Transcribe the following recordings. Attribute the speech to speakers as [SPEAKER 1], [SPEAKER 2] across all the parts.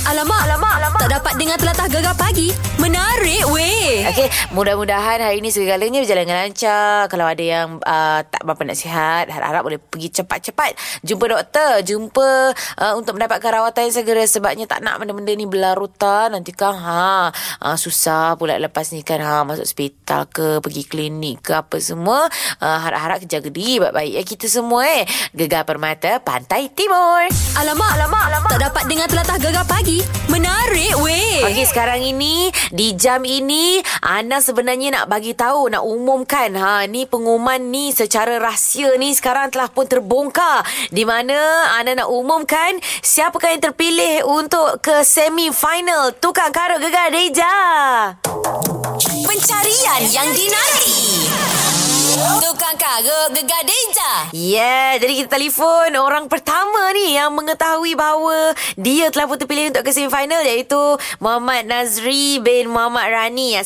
[SPEAKER 1] Alamak, alamak, alamak. Tak dapat dengar telatah gegar pagi. Menarik weh.
[SPEAKER 2] Okey, mudah-mudahan hari ini segalanya berjalan dengan lancar. Kalau ada yang uh, tak berapa nak sihat, harap-harap boleh pergi cepat-cepat. Jumpa doktor, jumpa uh, untuk mendapatkan rawatan yang segera sebabnya tak nak benda-benda ni berlarutan. Nanti kan ha, uh, susah pula lepas ni kan ha, masuk hospital ke, pergi klinik ke apa semua. Uh, harap-harap jaga diri baik-baik ya kita semua eh. Gegar Permata Pantai Timur.
[SPEAKER 1] Alamak, alamak, alamak. Tak dapat dengar telatah gegar pagi. Menarik weh.
[SPEAKER 2] Okey sekarang ini di jam ini Ana sebenarnya nak bagi tahu nak umumkan ha ni pengumuman ni secara rahsia ni sekarang telah pun terbongkar di mana Ana nak umumkan siapakah yang terpilih untuk ke semi final tukang karut gegar Deja.
[SPEAKER 1] Pencarian yang dinanti. Tukang karut gegar deja.
[SPEAKER 2] Yeah, Ya, jadi kita telefon orang pertama ni yang mengetahui bahawa dia telah pun terpilih untuk ke semi final iaitu Muhammad Nazri bin Muhammad Rani.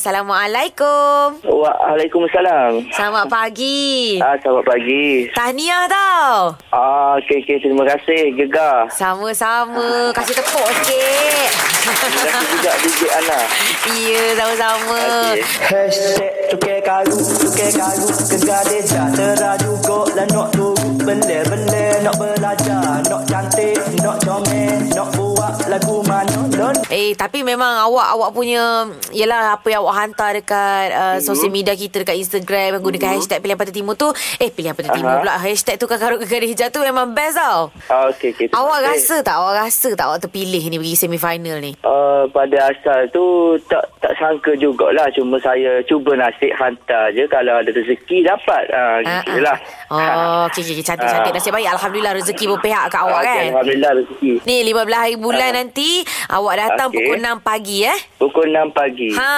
[SPEAKER 2] Assalamualaikum.
[SPEAKER 3] Waalaikumsalam.
[SPEAKER 2] Selamat pagi.
[SPEAKER 3] Ah, selamat pagi.
[SPEAKER 2] Tahniah tau.
[SPEAKER 3] Ah, okey, okey. Terima kasih, Gegar.
[SPEAKER 2] Sama-sama. Kasih tepuk sikit.
[SPEAKER 3] Terima kasih juga DJ Ana.
[SPEAKER 2] Ya, sama-sama.
[SPEAKER 3] Okey.
[SPEAKER 4] Hashtag cukai kayu, cukai kayu Gegar deja, teraju golek Nak tunggu benda-benda Nak belajar, nak cantik Nak comel, nak buat lagu mana Lon
[SPEAKER 2] Eh tapi memang awak awak punya Yelah apa yang awak hantar dekat
[SPEAKER 3] Hmm.
[SPEAKER 2] uh, Sosial media kita dekat Instagram Menggunakan hashtag pilihan Pantai Timur tu Eh pilihan Pantai Timur
[SPEAKER 3] Aha.
[SPEAKER 2] pula Hashtag tu kakarut kekari hijau tu memang best tau
[SPEAKER 3] Ah, okey, okey. Terima
[SPEAKER 2] Awak
[SPEAKER 3] kasih.
[SPEAKER 2] rasa tak awak rasa tak awak terpilih ni pergi semifinal ni
[SPEAKER 3] Uh, pada asal tu tak tak sangka jugalah cuma saya cuba nasib hantar je kalau ada rezeki dapat ah
[SPEAKER 2] Ah,
[SPEAKER 3] gitu
[SPEAKER 2] ah.
[SPEAKER 3] lah.
[SPEAKER 2] Oh okey okey
[SPEAKER 3] Ah.
[SPEAKER 2] cantik-cantik Nasib baik Alhamdulillah rezeki berpihak kat awak
[SPEAKER 3] Ah, okey,
[SPEAKER 2] kan
[SPEAKER 3] Alhamdulillah rezeki.
[SPEAKER 2] Ni 15 hari bulan nanti Awak
[SPEAKER 3] Ah.
[SPEAKER 2] datang
[SPEAKER 3] Okey.
[SPEAKER 2] pukul 6 pagi eh
[SPEAKER 3] Pukul 6 pagi.
[SPEAKER 2] Ha.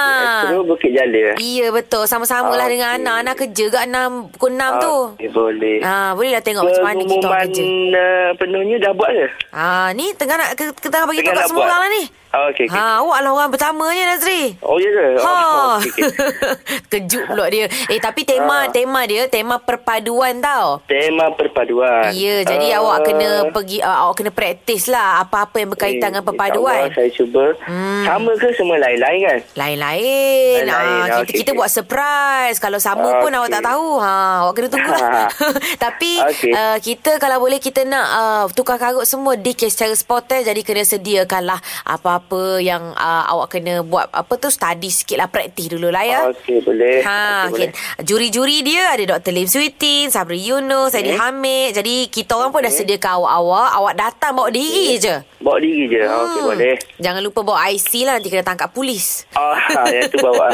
[SPEAKER 3] Terus Bukit Jala.
[SPEAKER 2] Iya betul Sama-sama
[SPEAKER 3] Ah,
[SPEAKER 2] lah
[SPEAKER 3] Okey.
[SPEAKER 2] dengan Ana Ana kerja kat 6 Pukul 6 tu
[SPEAKER 3] Okey, boleh.
[SPEAKER 2] Ah, bolehlah tengok macam mana kita orang kerja
[SPEAKER 3] Pengumuman, ah, penuhnya dah buat ke?
[SPEAKER 2] Ah, ni tengah nak ke, ke tengah bagi tahu
[SPEAKER 3] Tengah
[SPEAKER 2] kat
[SPEAKER 3] nak
[SPEAKER 2] semua
[SPEAKER 3] buat.
[SPEAKER 2] orang lah ni.
[SPEAKER 3] Ah, okey, okey.
[SPEAKER 2] Ha, awak lah orang pertamanya Nazri.
[SPEAKER 3] Oh, ya ke? Oh,
[SPEAKER 2] Ha.
[SPEAKER 3] okey, okey.
[SPEAKER 2] Kejut pula dia. Eh tapi
[SPEAKER 3] Ah.
[SPEAKER 2] tema tema dia tema perpaduan tau.
[SPEAKER 3] Tema perpaduan.
[SPEAKER 2] Ya, jadi
[SPEAKER 3] Ah,
[SPEAKER 2] awak kena pergi uh, awak kena praktis lah apa-apa
[SPEAKER 3] eh,
[SPEAKER 2] yang berkaitan dengan
[SPEAKER 3] insyaAllah
[SPEAKER 2] perpaduan.
[SPEAKER 3] Saya cuba. Hmm. Sama ke semua lain-lain kan?
[SPEAKER 2] Lain-lain.
[SPEAKER 3] Lain-lain,
[SPEAKER 2] Ah, kita
[SPEAKER 3] okey,
[SPEAKER 2] kita
[SPEAKER 3] okey.
[SPEAKER 2] buat surprise. Kalau sama pun awak tak
[SPEAKER 3] Okey.
[SPEAKER 2] tahu. Ha, awak kena tunggulah. Tapi
[SPEAKER 3] Okey.
[SPEAKER 2] uh, kita kalau boleh kita nak uh, tukar karut semua dikis secara spontan jadi kena sediakanlah apa-apa yang uh, awak kena buat apa tu study sikit lah praktis dulu lah ya.
[SPEAKER 3] Ah, Okey, boleh.
[SPEAKER 2] Ha,
[SPEAKER 3] Okey,
[SPEAKER 2] okay. juri-juri dia ada Dr. Lim Sweetin, Sabri Yunus, Adi Hamid. Jadi kita orang pun dah sediakan awak-awak. Awak datang bawa diri je.
[SPEAKER 3] boleh. Bawa diri je. Hmm. Okey, boleh.
[SPEAKER 2] Jangan lupa bawa IC lah nanti kena tangkap polis.
[SPEAKER 3] Ah, yang tu bawa.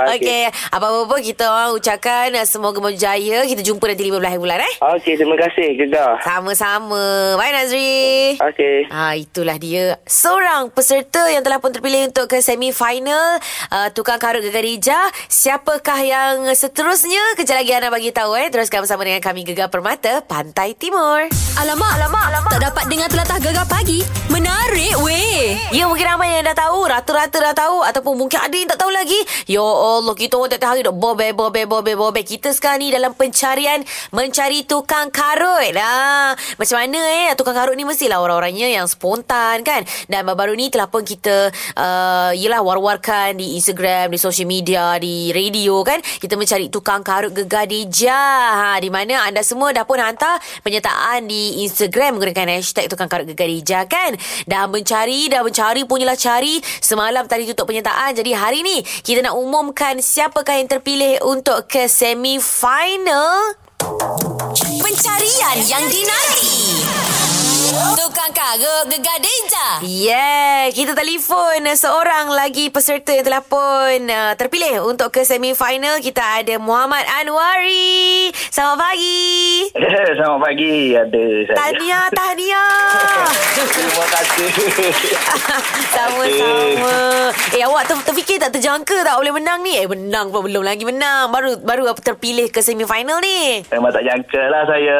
[SPEAKER 3] Ah,
[SPEAKER 2] Okey, okay. apa-apa pun kita orang ucapkan uh, semoga berjaya. Kita jumpa nanti 15 hari bulan eh.
[SPEAKER 3] Okey, terima kasih. Gegar.
[SPEAKER 2] Sama-sama. Bye Nazri.
[SPEAKER 3] Okey.
[SPEAKER 2] Ah itulah dia seorang peserta yang telah pun terpilih untuk ke semifinal uh, tukang karut Gegar Ija. Siapakah yang seterusnya? Kejap lagi Ana bagi tahu eh. Teruskan bersama dengan kami Gegar Permata Pantai Timur.
[SPEAKER 1] Alamak, alamak, alamak. Tak dapat dengar telatah gegar pagi. Menarik weh.
[SPEAKER 2] Ya mungkin ramai yang dah tahu Rata-rata dah tahu Ataupun mungkin ada yang tak tahu lagi Ya Allah Kita orang tiap-tiap hari Dok bobek bobek bobek bobek Kita sekarang ni dalam pencarian Mencari tukang karut lah. Macam mana eh Tukang karut ni mestilah orang-orangnya Yang spontan kan Dan baru-baru ni telah pun kita uh, Yelah war-warkan Di Instagram Di social media Di radio kan Kita mencari tukang karut gegar deja ha, Di mana anda semua dah pun hantar Penyertaan di Instagram Menggunakan hashtag tukang karut gegar deja kan Dah mencari Dah mencari punyalah cari Semalam tadi tutup penyertaan Jadi hari ni Kita nak umumkan Siapakah yang terpilih Untuk ke semi-final
[SPEAKER 1] Pencarian yang dinanti. Tukang karut gegar deja.
[SPEAKER 2] Yeah, kita telefon uh, seorang lagi peserta yang telah pun uh, terpilih untuk ke semifinal. Kita ada Muhammad Anwari. Selamat pagi.
[SPEAKER 5] Selamat pagi ada saya.
[SPEAKER 2] Tahniah, tahniah.
[SPEAKER 5] Terima kasih.
[SPEAKER 2] Sama-sama. Eh, awak ter- terfikir tak terjangka tak boleh menang ni? Eh, menang pun belum lagi menang. Baru baru apa terpilih ke semifinal ni.
[SPEAKER 5] Memang tak jangka lah saya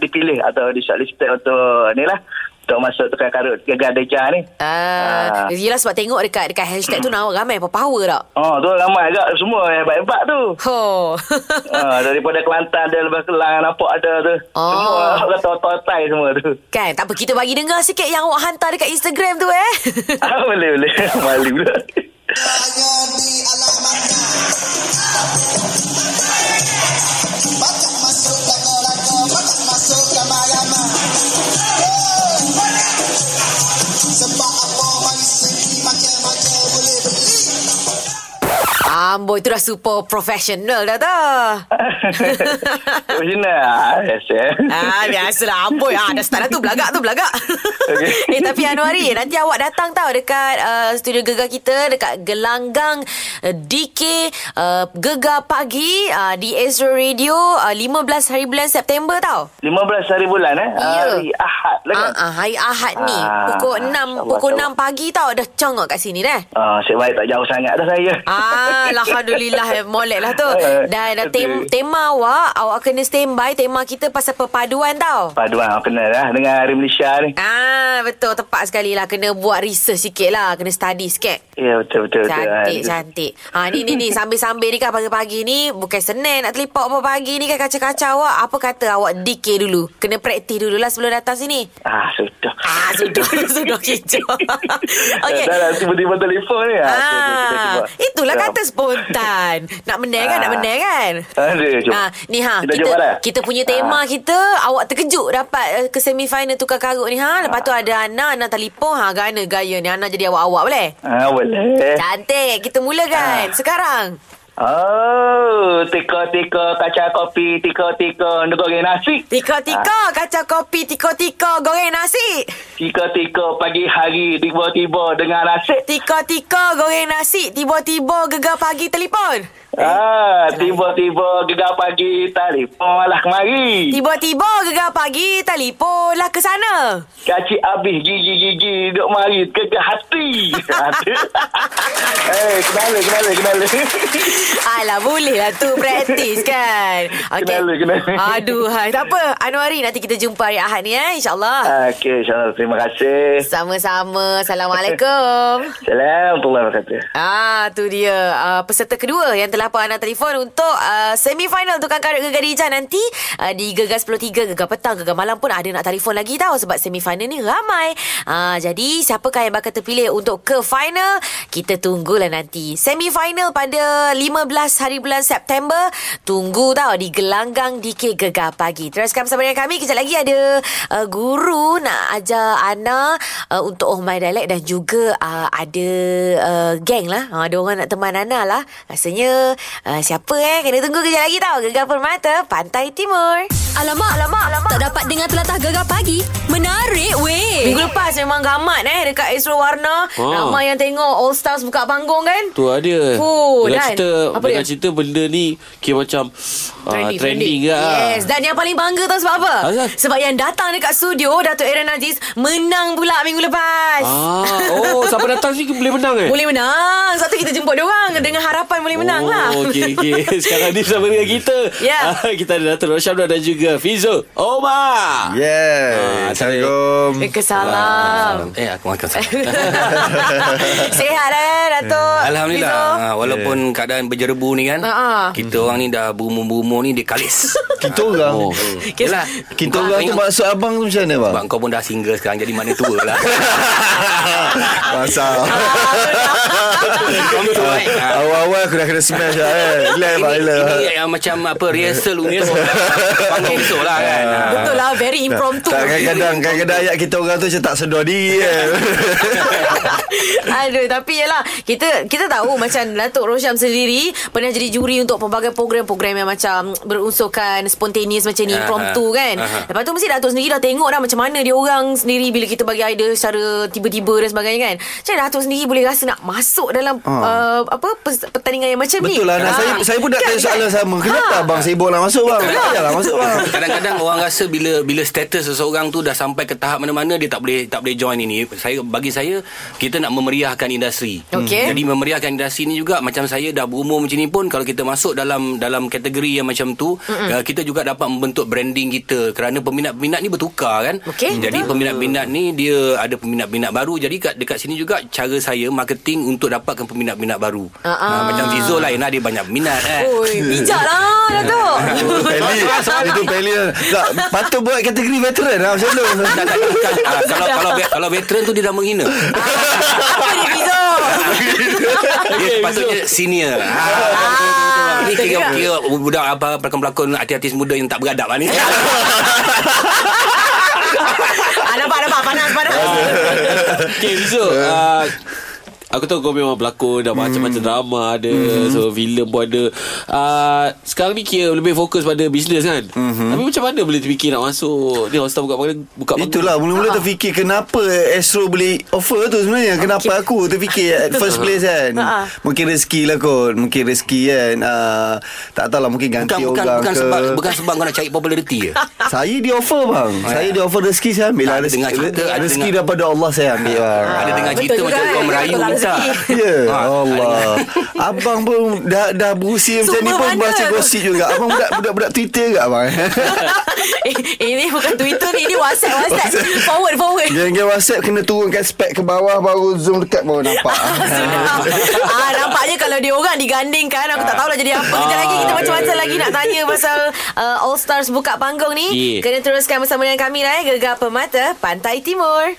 [SPEAKER 5] dipilih atau di shortlisted untuk ni lah Tok masuk tukar karut Gegar deja ni
[SPEAKER 2] Ah,
[SPEAKER 5] Ah.
[SPEAKER 2] yelah sebab tengok dekat dekat hashtag tu nak ramai power tak?
[SPEAKER 5] Oh tu lama agak semua hebat-hebat tu
[SPEAKER 2] Ho.
[SPEAKER 5] Ah, daripada Kelantan dia lepas Kelang nampak ada tu.
[SPEAKER 2] Oh.
[SPEAKER 5] Semua orang kata otai semua tu.
[SPEAKER 2] kan, tak apa kita bagi dengar sikit yang awak hantar dekat Instagram tu eh.
[SPEAKER 5] Ah, boleh boleh. Malu pula.
[SPEAKER 2] Ah, Amboi tu dah super professional dah dah.
[SPEAKER 5] Macam mana?
[SPEAKER 2] Ah, biasalah amboi. Ah, dah start dah tu belagak tu belagak.
[SPEAKER 5] Okey.
[SPEAKER 2] eh tapi Anwari, nanti awak datang tau dekat uh, studio Gegar kita dekat Gelanggang uh, DK uh, Gegar pagi uh, di Ezra Radio uh, 15 hari bulan September tau.
[SPEAKER 5] 15 hari bulan eh?
[SPEAKER 2] Ya.
[SPEAKER 5] Hari Ahad lah
[SPEAKER 2] Ah,
[SPEAKER 5] kan?
[SPEAKER 2] ah, hari Ahad ni
[SPEAKER 5] Ah,
[SPEAKER 2] pukul 6
[SPEAKER 5] insyaAllah,
[SPEAKER 2] pukul 6
[SPEAKER 5] insyaAllah.
[SPEAKER 2] pagi tau dah congok kat sini dah.
[SPEAKER 5] Ah, asyik baik tak jauh sangat dah saya.
[SPEAKER 2] Ah, alhamdulillah eh, molek lah tu.
[SPEAKER 5] Eh,
[SPEAKER 2] Dan dah tem-
[SPEAKER 5] betul.
[SPEAKER 2] tema awak, awak kena standby tema kita pasal perpaduan tau.
[SPEAKER 5] Paduan aku kenal lah dengan Hari Malaysia ni.
[SPEAKER 2] Ah, betul tepat sekali lah kena buat research sikit lah, kena study sikit.
[SPEAKER 5] Ya, betul-betul.
[SPEAKER 2] Cantik, cantik. Ha, ni, ni, ni. Sambil-sambil ni kan pagi-pagi ni, bukan Senin nak terlipat apa pagi ni kan kacau-kacau awak. Apa kata awak DK dulu? Kena praktis dululah sebelum datang sini.
[SPEAKER 5] Ah, sudah.
[SPEAKER 2] Ah, sudah, sudah kicau. Okey.
[SPEAKER 5] Dah, lah. dah, tiba-tiba telefon ni. Ah,
[SPEAKER 2] Ah,
[SPEAKER 5] tiba-tiba.
[SPEAKER 2] itulah
[SPEAKER 5] Dah.
[SPEAKER 2] kata spontan. Nak menang kan, nak
[SPEAKER 5] Ah.
[SPEAKER 2] menang kan?
[SPEAKER 5] Ada, jom.
[SPEAKER 2] Ah, ni ha,
[SPEAKER 5] Kita Ah.
[SPEAKER 2] kita
[SPEAKER 5] jumpa dah.
[SPEAKER 2] kita punya tema kita awak terkejut dapat eh, ke semi final tukar karut ni ha. Lepas
[SPEAKER 5] Ah.
[SPEAKER 2] tu ada Ana, Ana telefon ha gana gaya ni Ana jadi awak-awak boleh?
[SPEAKER 5] Ah, boleh.
[SPEAKER 2] Cantik, kita
[SPEAKER 5] Ah.
[SPEAKER 2] mulakan sekarang.
[SPEAKER 5] Oh, tika-tika kaca kopi, tika-tika negeri nasi. Ah.
[SPEAKER 2] Tika-tika kacau kopi, tika-tika goreng nasi.
[SPEAKER 5] Tika-tika pagi hari tiba-tiba dengan nasi.
[SPEAKER 2] Tika-tika goreng nasi, tiba-tiba gegar pagi telefon.
[SPEAKER 5] Ah, tiba-tiba gegar pagi telefon lah kemari.
[SPEAKER 2] Tiba-tiba gegar pagi telefon lah ke sana.
[SPEAKER 5] Kacik habis gigi-gigi duk mari ke ke hati. eh, kenala, kenala, kenala.
[SPEAKER 2] Alah bolehlah tu Praktis kan Okey.
[SPEAKER 5] Kenala, kenala.
[SPEAKER 2] Aduh hai. Tak apa Anuari nanti kita jumpa hari Ahad ni eh InsyaAllah
[SPEAKER 5] Ah, Okey, insyaAllah. Terima kasih.
[SPEAKER 2] Sama-sama Assalamualaikum
[SPEAKER 5] Assalamualaikum warahmatullahi
[SPEAKER 2] Ah, tu dia uh, peserta kedua yang telah pun anda telefon untuk uh, semifinal tukang karut Gegar Dijah nanti uh, di Gegar 10.3, Gegar Petang, Gegar Malam pun ada nak telefon lagi tau sebab semifinal ni ramai. Uh, jadi siapakah yang bakal terpilih untuk ke final? Kita tunggulah nanti. Semifinal pada 15 hari bulan September. Tunggu tau di Gelanggang DK Gegar Pagi. Teruskan bersama dengan kami. Kejap lagi ada uh, guru nak ajar Ana uh, untuk Oh My Dialect dan juga uh, ada uh, geng lah. Uh, ada orang nak teman Ana lah. Rasanya uh, siapa eh? Kena tunggu kejap lagi tau. Gegar Permata, Pantai Timur.
[SPEAKER 1] Alamak, alamak, alamak. Tak dapat dengar telatah gegar pagi. Menarik weh.
[SPEAKER 2] Minggu lepas memang gamat eh dekat Astro Warna.
[SPEAKER 6] Ha.
[SPEAKER 2] Ramai yang tengok All Stars buka panggung kan?
[SPEAKER 6] Tu ada
[SPEAKER 2] Oh,
[SPEAKER 6] Dengan
[SPEAKER 7] kan?
[SPEAKER 2] dan?
[SPEAKER 6] cerita
[SPEAKER 2] Apa
[SPEAKER 6] Dengan
[SPEAKER 2] dia?
[SPEAKER 6] cerita benda ni Kira macam
[SPEAKER 7] Ah,
[SPEAKER 6] Trending, uh, trending ke
[SPEAKER 2] Yes Dan yang paling bangga tahu sebab apa
[SPEAKER 6] Asal?
[SPEAKER 2] Sebab yang datang dekat studio Dato' Aaron Aziz Menang pula minggu lepas
[SPEAKER 6] ah, Oh siapa datang sini Boleh menang eh
[SPEAKER 2] Boleh menang Sebab tu kita jemput diorang Dengan harapan boleh menang
[SPEAKER 6] oh,
[SPEAKER 2] lah
[SPEAKER 6] Okey okey. Sekarang ni sama dengan kita.
[SPEAKER 2] Ya.
[SPEAKER 6] Ah, kita ada Dato' Rosyamda dan juga Fizo. Omar. Ah,
[SPEAKER 8] Yeah. Assalamualaikum.
[SPEAKER 2] Eh, Kesalam
[SPEAKER 7] Eh aku makan sama
[SPEAKER 2] Sehat eh Dato'
[SPEAKER 7] Alhamdulillah ha, Walaupun yeah. keadaan berjerebu ni kan
[SPEAKER 2] Ha, ha.
[SPEAKER 7] Kita orang ni dah berumur-berumur ni Dia kalis
[SPEAKER 8] Kita orang.
[SPEAKER 6] Oh.
[SPEAKER 7] Yelah
[SPEAKER 8] Kita
[SPEAKER 7] Ah,
[SPEAKER 8] orang tu
[SPEAKER 7] tengok.
[SPEAKER 8] maksud abang tu macam mana bang?
[SPEAKER 7] Bang kau pun dah single sekarang Jadi mana tua lah
[SPEAKER 8] Pasal. Ah,
[SPEAKER 7] Kau tua eh Ha.
[SPEAKER 8] Awal-awal aku dah kena smash lah eh. Relax bang,
[SPEAKER 7] Ini,
[SPEAKER 8] relax.
[SPEAKER 7] ini yang macam apa Rehearsal untuk Panggung besok lah kan
[SPEAKER 6] Ah.
[SPEAKER 7] Ha.
[SPEAKER 2] Betul lah Very impromptu
[SPEAKER 8] Tak kadang-kadang kadang-kadang ayat kita orang tu macam tak sedar diri eh.
[SPEAKER 2] Aduh tapi yalah kita kita tahu macam Datuk Rosyam sendiri pernah jadi juri untuk pelbagai program-program yang macam berunsurkan spontaneous macam ni
[SPEAKER 7] Aha.
[SPEAKER 2] impromptu kan.
[SPEAKER 7] Aha.
[SPEAKER 2] Lepas tu mesti Datuk sendiri dah tengok dah macam mana dia orang sendiri bila kita bagi idea secara tiba-tiba dan sebagainya kan. Macam mana Datuk sendiri boleh rasa nak masuk dalam uh, apa pes- pertandingan yang macam ni.
[SPEAKER 8] Ah. Betul lah. Nah,
[SPEAKER 2] Ah.
[SPEAKER 8] saya saya pun nak
[SPEAKER 2] Kan,
[SPEAKER 8] tanya
[SPEAKER 2] kan?
[SPEAKER 8] soalan sama. Kenapa
[SPEAKER 2] Ha.
[SPEAKER 8] abang sibuk nak masuk bang? Tak payahlah masuk
[SPEAKER 2] lah.
[SPEAKER 8] bang.
[SPEAKER 7] Kadang-kadang orang rasa bila bila status seseorang tu dah sampai ke tahap mana-mana dia tak boleh tak boleh join ini. Saya bagi saya kita nak memeria memeriahkan industri.
[SPEAKER 2] Okey.
[SPEAKER 7] Jadi memeriahkan industri ni juga macam saya dah berumur macam ni pun kalau kita masuk dalam dalam kategori yang macam tu uh, kita juga dapat membentuk branding kita kerana peminat-peminat ni bertukar kan.
[SPEAKER 2] Okey,
[SPEAKER 7] Jadi
[SPEAKER 2] betul.
[SPEAKER 7] peminat-peminat ni dia ada peminat-peminat baru jadi kat dekat sini juga cara saya marketing untuk dapatkan peminat-peminat baru.
[SPEAKER 2] Ah, ah.
[SPEAKER 7] Ah, macam Fizo lain lah dia banyak minat eh.
[SPEAKER 2] Oi, bijak lah Datuk.
[SPEAKER 8] Peli Itu Peli Tak Patut buat kategori veteran lah Macam tu
[SPEAKER 7] Tak, tak, tak, tak. Ah, kalau kalau ve- kalau veteran tu dia dah menghina.
[SPEAKER 2] Ah. Apa dia Fizo?
[SPEAKER 7] Dia patutnya senior.
[SPEAKER 2] Ah,
[SPEAKER 7] Ah, Ni
[SPEAKER 2] betul
[SPEAKER 7] kira,
[SPEAKER 2] juga.
[SPEAKER 7] kira budak apa pelakon-pelakon artis-artis muda yang tak beradab lah ni.
[SPEAKER 2] Ah, nampak, nampak. Panas, panas.
[SPEAKER 7] Ah.
[SPEAKER 6] Okay Fizu
[SPEAKER 2] ah,
[SPEAKER 6] uh, Aku tahu kau memang
[SPEAKER 2] Hmm.
[SPEAKER 6] pelakon Dah macam-macam drama ada So filem pun ada uh, Sekarang ni kira lebih fokus pada bisnes kan
[SPEAKER 2] Hmm.
[SPEAKER 6] Tapi macam mana boleh terfikir nak masuk Ni hostel buka panggilan buka panggilan.
[SPEAKER 8] Itulah
[SPEAKER 7] Ah.
[SPEAKER 8] mula-mula terfikir kenapa Astro boleh offer tu sebenarnya Kenapa aku terfikir at first place kan
[SPEAKER 7] Ah.
[SPEAKER 2] Ha-ha.
[SPEAKER 8] Mungkin rezeki lah kot Mungkin rezeki kan Ah, Tak tahulah mungkin
[SPEAKER 7] bukan
[SPEAKER 8] ganti
[SPEAKER 7] bukan
[SPEAKER 8] orang
[SPEAKER 7] bukan
[SPEAKER 8] ke
[SPEAKER 7] sebab bukan sebab kau nak cari populariti ya.
[SPEAKER 8] Saya di offer bang Saya di offer rezeki saya ambil
[SPEAKER 7] Tak,
[SPEAKER 8] lah
[SPEAKER 7] ada
[SPEAKER 8] rezeki,
[SPEAKER 7] dengar cerita, ada
[SPEAKER 8] rezeki
[SPEAKER 7] dengar-
[SPEAKER 8] daripada Allah saya ambil bang
[SPEAKER 7] Ada dengar
[SPEAKER 2] betul
[SPEAKER 7] cerita
[SPEAKER 2] juga,
[SPEAKER 7] macam kau
[SPEAKER 2] eh.
[SPEAKER 7] merayu
[SPEAKER 2] Betul
[SPEAKER 7] minta.
[SPEAKER 2] rezeki.
[SPEAKER 8] Ya
[SPEAKER 7] Ah,
[SPEAKER 8] Allah Abang pun dah, dah berusia macam ni
[SPEAKER 2] Sumber
[SPEAKER 8] pun
[SPEAKER 2] mana
[SPEAKER 8] Baca
[SPEAKER 2] tu?
[SPEAKER 8] gosip juga Abang budak, budak-budak Twitter ke abang
[SPEAKER 2] eh, ini bukan Twitter ni. Ini WhatsApp, WhatsApp. Forward, forward.
[SPEAKER 8] Geng-geng WhatsApp kena turunkan spek ke bawah baru zoom dekat baru nampak.
[SPEAKER 2] Sudah. ah, nampaknya kalau dia orang digandingkan Aku tak tahulah jadi apa Kejap lagi kita macam-macam lagi Nak tanya pasal uh, All Stars buka panggung ni
[SPEAKER 6] Yeah.
[SPEAKER 2] Kena teruskan bersama dengan kami lah eh. Gegar Permata Pantai Timur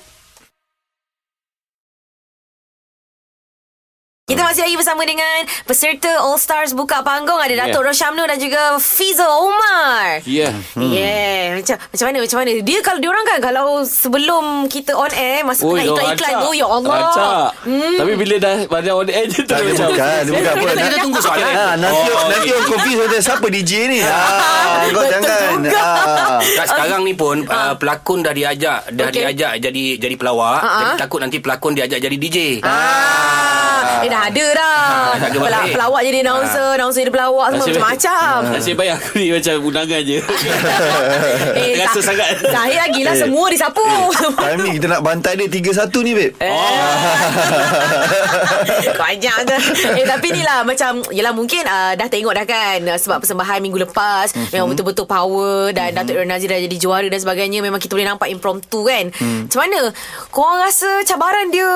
[SPEAKER 2] Kita masih lagi bersama dengan peserta All Stars buka panggung
[SPEAKER 6] Ya.
[SPEAKER 2] ada Datuk yeah.
[SPEAKER 6] Yeah.
[SPEAKER 2] Roshamnu dan juga Fizo Umar.
[SPEAKER 6] Yeah
[SPEAKER 2] Hmm. Yeah, macam macam mana macam mana. Dia kalau diorang kan kalau sebelum kita on air masa kena
[SPEAKER 6] Oi,
[SPEAKER 2] iklan-iklan
[SPEAKER 6] rancak.
[SPEAKER 2] tu ya Allah. Hmm.
[SPEAKER 6] Rancak. Tapi bila dah Pada on air je tu
[SPEAKER 8] Tak dia
[SPEAKER 6] macam
[SPEAKER 8] bukan, dia bukan apa.
[SPEAKER 7] Kita tunggu soalan.
[SPEAKER 8] Ha, nanti
[SPEAKER 6] Oh,
[SPEAKER 8] nanti
[SPEAKER 6] okay.
[SPEAKER 8] orang confuse kata siapa DJ ni. Ha, kau
[SPEAKER 2] Betul
[SPEAKER 8] jangan.
[SPEAKER 2] juga.
[SPEAKER 8] Ah.
[SPEAKER 7] Kat sekarang ni pun
[SPEAKER 6] Ah.
[SPEAKER 7] uh, pelakon dah diajak dah
[SPEAKER 2] Okey.
[SPEAKER 7] diajak jadi jadi pelawak
[SPEAKER 2] Ah,
[SPEAKER 7] jadi
[SPEAKER 2] ah.
[SPEAKER 7] takut nanti pelakon diajak jadi Ah, DJ.
[SPEAKER 2] Ah, eh dah ada dah.
[SPEAKER 6] Ah,
[SPEAKER 7] dah ada
[SPEAKER 2] Pelak,
[SPEAKER 7] balik.
[SPEAKER 2] pelawak jadi announcer, announcer jadi pelawak semua
[SPEAKER 6] Nasib baik-
[SPEAKER 2] macam-macam. Ah.
[SPEAKER 7] Ah.
[SPEAKER 6] Nasib baik aku ni Macam undangan je
[SPEAKER 2] eh,
[SPEAKER 6] Ah. Terasa
[SPEAKER 2] tak-
[SPEAKER 6] sangat Eh.
[SPEAKER 2] Zahir lagi lah semua disapu.
[SPEAKER 8] Time ni kita nak bantai dia 3-1 ni, babe.
[SPEAKER 6] Oh.
[SPEAKER 2] Banyak tu Eh tapi ni lah Macam Yelah mungkin uh, Dah tengok dah kan uh, Sebab persembahan minggu lepas
[SPEAKER 6] Mhm.
[SPEAKER 2] mm-hmm. Memang betul-betul power Dan mm-hmm. Datuk Aaron Nazir dah jadi juara Dan sebagainya Memang kita boleh nampak Impromptu kan
[SPEAKER 6] Hmm.
[SPEAKER 2] mm. Macam mana Korang rasa cabaran dia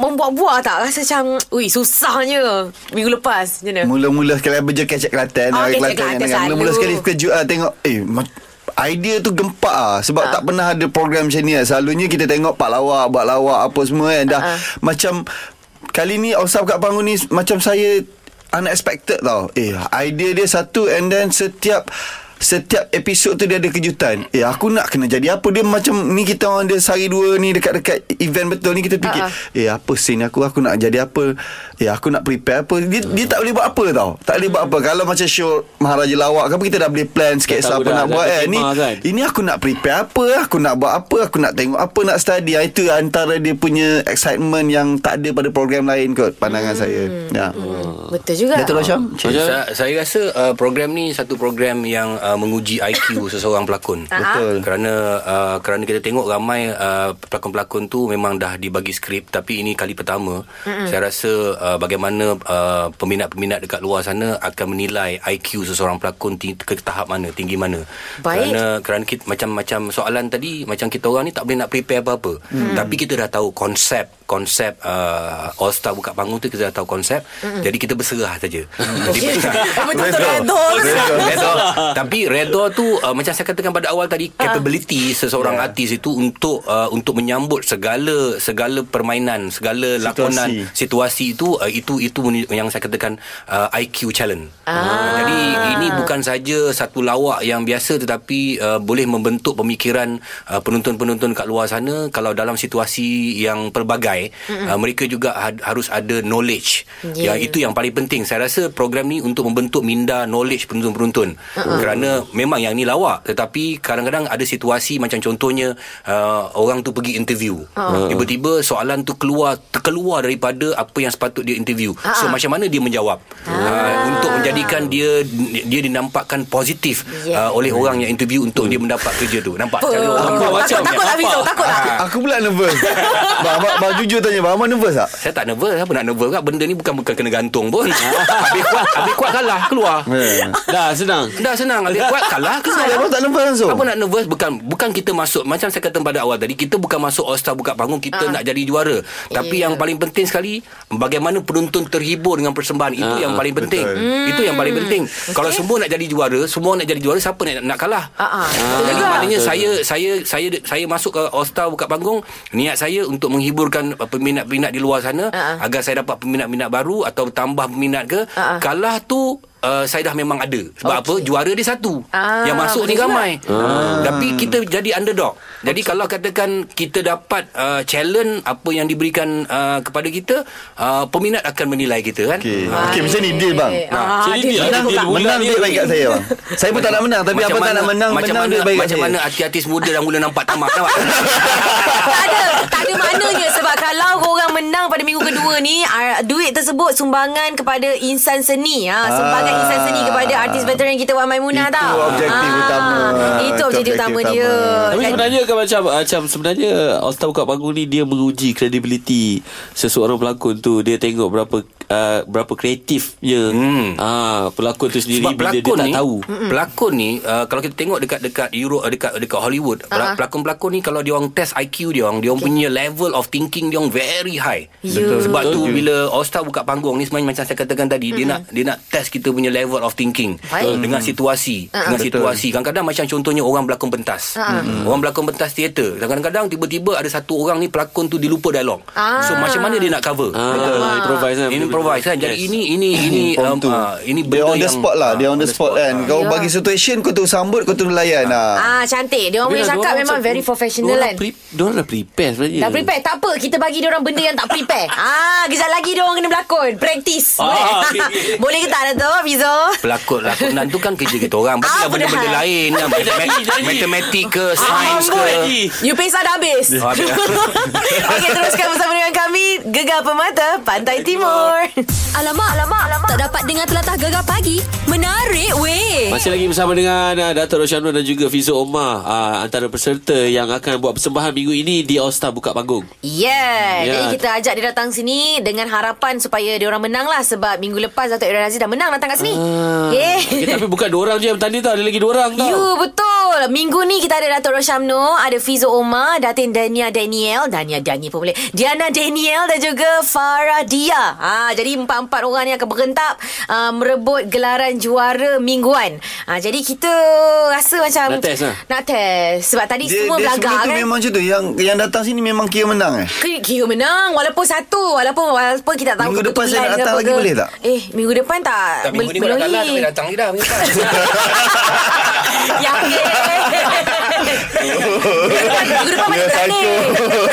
[SPEAKER 2] Membuat-buat tak Rasa macam Ui susahnya Minggu lepas Macam mana
[SPEAKER 8] Mula-mula sekali apa je kecek Kelantan.
[SPEAKER 2] Ah,
[SPEAKER 8] hari
[SPEAKER 2] kecek
[SPEAKER 8] yang
[SPEAKER 2] Kelantan
[SPEAKER 8] dengar. Mula-mula
[SPEAKER 2] selalu.
[SPEAKER 8] sekali kejut ah, tengok. Eh, ma- Idea tu gempak ah sebab tak pernah ada program macam ni ah. Selalunya kita tengok pak lawak, buat lawak apa semua kan dah
[SPEAKER 2] Ah.
[SPEAKER 8] macam kali ni Osap kat panggung ni macam saya unexpected tau. Eh, idea dia satu and then setiap Setiap episod tu dia ada kejutan Eh aku nak kena jadi apa Dia macam Ni kita orang dia sehari dua ni Dekat-dekat event betul ni Kita fikir
[SPEAKER 2] Ah, ah.
[SPEAKER 8] Eh apa scene aku Aku nak jadi apa Eh aku nak prepare apa Dia, dia tak boleh buat apa tau Tak boleh buat apa Kalau macam show Maharaja Lawak ke apa Kita dah boleh plan Sketsa
[SPEAKER 6] tahu
[SPEAKER 8] apa
[SPEAKER 6] dah,
[SPEAKER 8] nak
[SPEAKER 6] dah
[SPEAKER 8] buat
[SPEAKER 6] ada
[SPEAKER 8] eh. Ni,
[SPEAKER 6] tema kan?
[SPEAKER 8] ini aku nak prepare apa Aku nak buat apa Aku nak tengok apa Nak study Ah, Itu antara dia punya Excitement yang tak ada Pada program lain kot Pandangan saya Ya
[SPEAKER 6] Hmm.
[SPEAKER 2] Hmm. Betul juga
[SPEAKER 8] Dato' Rosham
[SPEAKER 7] Saya, saya rasa uh, program ni satu program yang uh, menguji IQ seseorang pelakon.
[SPEAKER 8] Betul.
[SPEAKER 7] Kerana uh, kerana kita tengok ramai uh, pelakon-pelakon tu memang dah dibagi skrip tapi ini kali pertama. Mm-hmm. Saya rasa uh, bagaimana uh, peminat-peminat dekat luar sana akan menilai IQ seseorang pelakon ting- ke tahap mana, tinggi mana.
[SPEAKER 2] Baik.
[SPEAKER 7] Kerana kerana kita macam-macam soalan tadi macam kita orang ni tak boleh nak prepare apa-apa. Mm. Tapi kita dah tahu konsep konsep uh, All Star buka panggung tu kita dah tahu konsep. Mm-hmm. Jadi kita berserah saja. Jadi
[SPEAKER 2] Betul-betul redor
[SPEAKER 7] Redor. Redor. Tapi redor tu uh, macam saya katakan pada awal tadi capability seseorang yeah. artis itu untuk uh, untuk menyambut segala segala permainan, segala situasi. lakonan, situasi itu uh, itu itu meni- yang saya katakan uh, IQ challenge. Ah. Jadi ini bukan saja satu lawak yang biasa tetapi uh, boleh membentuk pemikiran uh, penonton-penonton kat luar sana kalau dalam situasi yang pelbagai uh, mereka juga had, harus ada knowledge.
[SPEAKER 2] Yeah.
[SPEAKER 7] Yeah. Yang itu yang paling penting. Saya rasa program ni untuk membentuk minda knowledge penonton-penonton. Uh-uh. Kerana memang yang ni lawak tetapi kadang-kadang ada situasi macam contohnya uh, orang tu pergi interview. Uh-uh. Tiba-tiba soalan tu keluar terkeluar daripada apa yang sepatut dia interview. Uh-uh. So macam mana dia menjawab? Uh-uh. Uh, untuk menjadikan dia dia dinampakkan positif
[SPEAKER 2] Yeah.
[SPEAKER 7] yeah. uh, oleh orang yang interview untuk dia mendapat kerja tu. Nampak
[SPEAKER 2] Takut
[SPEAKER 7] cara orang Ha.
[SPEAKER 6] Nampak
[SPEAKER 2] takut
[SPEAKER 6] macam
[SPEAKER 2] takut tak
[SPEAKER 6] nampak.
[SPEAKER 2] Fizo Takut tak
[SPEAKER 8] Aku pula nervous Ba- ba- Baju jujur tanya Abang Abang nervous tak?
[SPEAKER 7] Saya tak nervous Apa nak nervous kat Benda ni bukan bukan kena gantung pun Ha. Habis kuat Habis kuat kalah Keluar
[SPEAKER 8] Ya.
[SPEAKER 6] Dah senang
[SPEAKER 7] Dah senang Habis kuat kalah keluar
[SPEAKER 8] Abang tak nervous langsung?
[SPEAKER 7] Apa nak nervous Bukan bukan kita masuk Macam saya kata pada awal tadi Kita bukan masuk All Star Buka panggung Kita nak jadi juara Tapi
[SPEAKER 2] Ah. Ya.
[SPEAKER 7] yang paling penting sekali Bagaimana penonton terhibur Dengan persembahan Itu
[SPEAKER 6] Ah,
[SPEAKER 7] yang paling penting
[SPEAKER 2] Hmm.
[SPEAKER 7] Itu yang paling penting Kalau semua nak jadi juara Semua nak jadi juara Siapa nak, nak kalah
[SPEAKER 2] Ah, ah. Betul
[SPEAKER 7] Jadi
[SPEAKER 2] juga.
[SPEAKER 7] maknanya saya saya saya saya masuk ke All Star buka panggung niat saya untuk menghiburkan uh, peminat-peminat di luar sana
[SPEAKER 2] Ah, ah.
[SPEAKER 7] agar saya dapat peminat-peminat baru atau tambah peminat ke
[SPEAKER 2] Ah, ah.
[SPEAKER 7] kalah tu Uh, saya dah memang ada Sebab okay. apa Juara dia satu
[SPEAKER 2] Ah,
[SPEAKER 7] Yang masuk
[SPEAKER 2] betul
[SPEAKER 7] ni
[SPEAKER 2] juga.
[SPEAKER 7] ramai ah. Tapi kita jadi underdog Jadi kalau katakan Kita dapat uh, Challenge Apa yang diberikan uh, Kepada kita uh, Peminat akan menilai kita kan
[SPEAKER 8] Okey.
[SPEAKER 7] Ah.
[SPEAKER 8] Okey, macam ni deal bang.
[SPEAKER 2] Ah,
[SPEAKER 6] Jadi
[SPEAKER 2] dia-
[SPEAKER 6] dia
[SPEAKER 8] Menang,
[SPEAKER 6] deal budak
[SPEAKER 8] menang
[SPEAKER 6] ni.
[SPEAKER 8] duit baik kat saya bang. Saya pun tak nak menang tapi
[SPEAKER 7] Macam
[SPEAKER 8] abang tak
[SPEAKER 7] mana-
[SPEAKER 8] nak menang,
[SPEAKER 7] macam
[SPEAKER 8] menang
[SPEAKER 7] mana,
[SPEAKER 8] duit baik kat
[SPEAKER 7] Macam
[SPEAKER 8] saya.
[SPEAKER 7] mana artis-artis muda dah mula nampak tamak nampak?
[SPEAKER 2] tak ada Tak ada maknanya Sebab kalau korang menang Pada minggu kedua ni ah, Duit tersebut Sumbangan kepada Insan seni ha, Sumbangan
[SPEAKER 8] Ah.
[SPEAKER 2] insan seni Kepada artis veteran kita Wan Maimunah
[SPEAKER 8] Itu
[SPEAKER 2] tau Ah,
[SPEAKER 8] objektif utama.
[SPEAKER 2] Itu
[SPEAKER 8] Itu
[SPEAKER 2] objektif
[SPEAKER 8] objektif
[SPEAKER 2] utama
[SPEAKER 8] utama.
[SPEAKER 2] dia
[SPEAKER 6] Tapi
[SPEAKER 2] Dan-
[SPEAKER 6] sebenarnya kan macam macam sebenarnya uh, All Star Buka Panggung ni dia menguji kredibiliti seseorang pelakon tu. Dia tengok berapa uh, berapa kreatifnya hmm. ah pelakon tu sendiri
[SPEAKER 7] Sebab
[SPEAKER 6] bila dia
[SPEAKER 7] pelakon
[SPEAKER 6] tak
[SPEAKER 7] ni
[SPEAKER 6] tahu.
[SPEAKER 7] Pelakon ni uh, Kalau kita tengok dekat Dekat Euro, dekat, dekat Hollywood
[SPEAKER 2] Ah.
[SPEAKER 7] uh-huh. Pelakon-pelakon ni Kalau dia orang test IQ dia orang Dia orang punya level of thinking Dia orang very high
[SPEAKER 2] Ya. Betul.
[SPEAKER 7] Sebab tu bila All Star buka panggung ni Sebenarnya macam saya katakan tadi Dia nak dia nak test kita punya level of thinking
[SPEAKER 2] Baik.
[SPEAKER 7] Dengan situasi Dengan situasi Kadang-kadang macam contohnya Orang berlakon pentas Orang berlakon pentas teater Kadang-kadang tiba-tiba Ada satu orang ni Pelakon tu dia lupa dialog
[SPEAKER 2] Ah.
[SPEAKER 7] So macam mana dia nak cover
[SPEAKER 6] Ah, improvise kan.
[SPEAKER 7] Improvise kan Jadi ini Ini ini
[SPEAKER 8] Form
[SPEAKER 7] um,
[SPEAKER 8] tu.
[SPEAKER 7] ah, Ini
[SPEAKER 8] Dia
[SPEAKER 7] benda
[SPEAKER 8] on the
[SPEAKER 7] yang-
[SPEAKER 8] spot lah
[SPEAKER 7] ah,
[SPEAKER 8] Dia on the spot kan Kau
[SPEAKER 2] Ya.
[SPEAKER 8] bagi situation Kau tu sambut Kau tu layan lah
[SPEAKER 2] Ah cantik. Dia orang punya cakap memang very professional kan.
[SPEAKER 6] Dia orang dah prepare sebenarnya.
[SPEAKER 2] Dah prepare Tak apa Kita bagi dia orang benda yang tak prepare Ah, Kejap lagi dia orang kena berlakon Practice
[SPEAKER 6] Ah,
[SPEAKER 2] Boleh,
[SPEAKER 6] okey, okey.
[SPEAKER 2] Boleh ke tak Dato' Fizo
[SPEAKER 7] Pelakon lakonan tu kan kerja kita orang Bagi
[SPEAKER 2] Ah,
[SPEAKER 7] lah benda-benda
[SPEAKER 2] benar. Ah,
[SPEAKER 7] lain lah. Matematik-
[SPEAKER 6] jadi.
[SPEAKER 7] Matematik ke Sains
[SPEAKER 2] amboi.
[SPEAKER 7] ke
[SPEAKER 2] You pay dah habis
[SPEAKER 7] Ah, habis.
[SPEAKER 2] Okey teruskan bersama dengan kami Gegar Pemata Pantai Timur
[SPEAKER 1] Alamak, alamak, alamak. Tak dapat dengar telatah gegar pagi. Menarik weh.
[SPEAKER 6] Masih lagi bersama dengan uh, Dato' Rosyanul dan juga Fizo Omar uh, Antara peserta yang akan buat persembahan minggu ini Di All Star Buka Panggung
[SPEAKER 2] Yeah.
[SPEAKER 6] Ya.
[SPEAKER 2] Jadi kita ajak dia datang sini dengan harapan supaya dia orang menang lah sebab minggu lepas Dato' Ira Aziz dah menang datang kat sini.
[SPEAKER 7] Ah,
[SPEAKER 6] okay. okay, Tapi bukan dua orang je yang bertanding tau Ada lagi dua orang tau
[SPEAKER 2] Ah. You betul Minggu ni kita ada Dato' Roshamno Ada Fizo Omar Datin Dania Daniel Dania Dania pun boleh Diana Daniel Dan juga Farah Dia ha, Jadi empat-empat orang ni akan berentap uh, Merebut gelaran juara mingguan ha, Jadi kita rasa macam
[SPEAKER 6] Nak test lah.
[SPEAKER 2] Nak test Sebab tadi
[SPEAKER 8] Dia,
[SPEAKER 2] semua
[SPEAKER 8] dia
[SPEAKER 2] belagak
[SPEAKER 8] sebelum tu
[SPEAKER 2] kan
[SPEAKER 8] memang macam tu Yang yang datang sini memang kira menang eh
[SPEAKER 2] Kira, kira menang Walaupun satu Walaupun, walaupun kita tak tahu
[SPEAKER 8] Minggu depan
[SPEAKER 2] kebetulan
[SPEAKER 8] saya nak
[SPEAKER 2] ke
[SPEAKER 8] datang
[SPEAKER 2] apa
[SPEAKER 8] lagi
[SPEAKER 2] ke.
[SPEAKER 8] boleh tak?
[SPEAKER 2] Eh minggu depan tak,
[SPEAKER 7] Tak, minggu
[SPEAKER 2] bel-
[SPEAKER 7] ni kalau
[SPEAKER 2] belum
[SPEAKER 7] kalah
[SPEAKER 2] lagi.
[SPEAKER 7] Tapi datang je dah kan? minggu depan.
[SPEAKER 2] Yakin Minggu depan
[SPEAKER 8] Ya,
[SPEAKER 2] balik berani
[SPEAKER 8] psycho.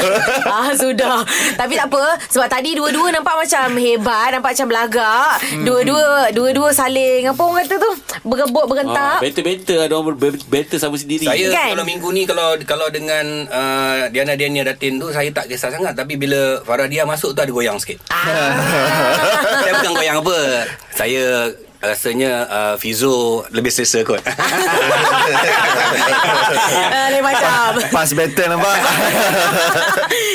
[SPEAKER 2] Ah sudah Tapi tak apa Sebab tadi dua-dua nampak macam hebat Nampak macam belagak
[SPEAKER 7] Hmm.
[SPEAKER 2] Dua-dua Dua-dua saling Apa orang kata tu Bergebuk
[SPEAKER 6] Ah,
[SPEAKER 2] bergentak
[SPEAKER 6] Better-better ada orang ber- better sama sendiri
[SPEAKER 7] Saya
[SPEAKER 2] Kan?
[SPEAKER 7] kan? kalau minggu ni kalau kalau dengan uh, Diana Diana Datin tu saya tak kisah sangat tapi bila Farah dia masuk tu ada goyang sikit.
[SPEAKER 2] Ah.
[SPEAKER 7] saya bukan goyang apa. Saya rasanya uh, Fizo lebih selesa kot.
[SPEAKER 2] Ah, Lain macam
[SPEAKER 8] Pas battle nampak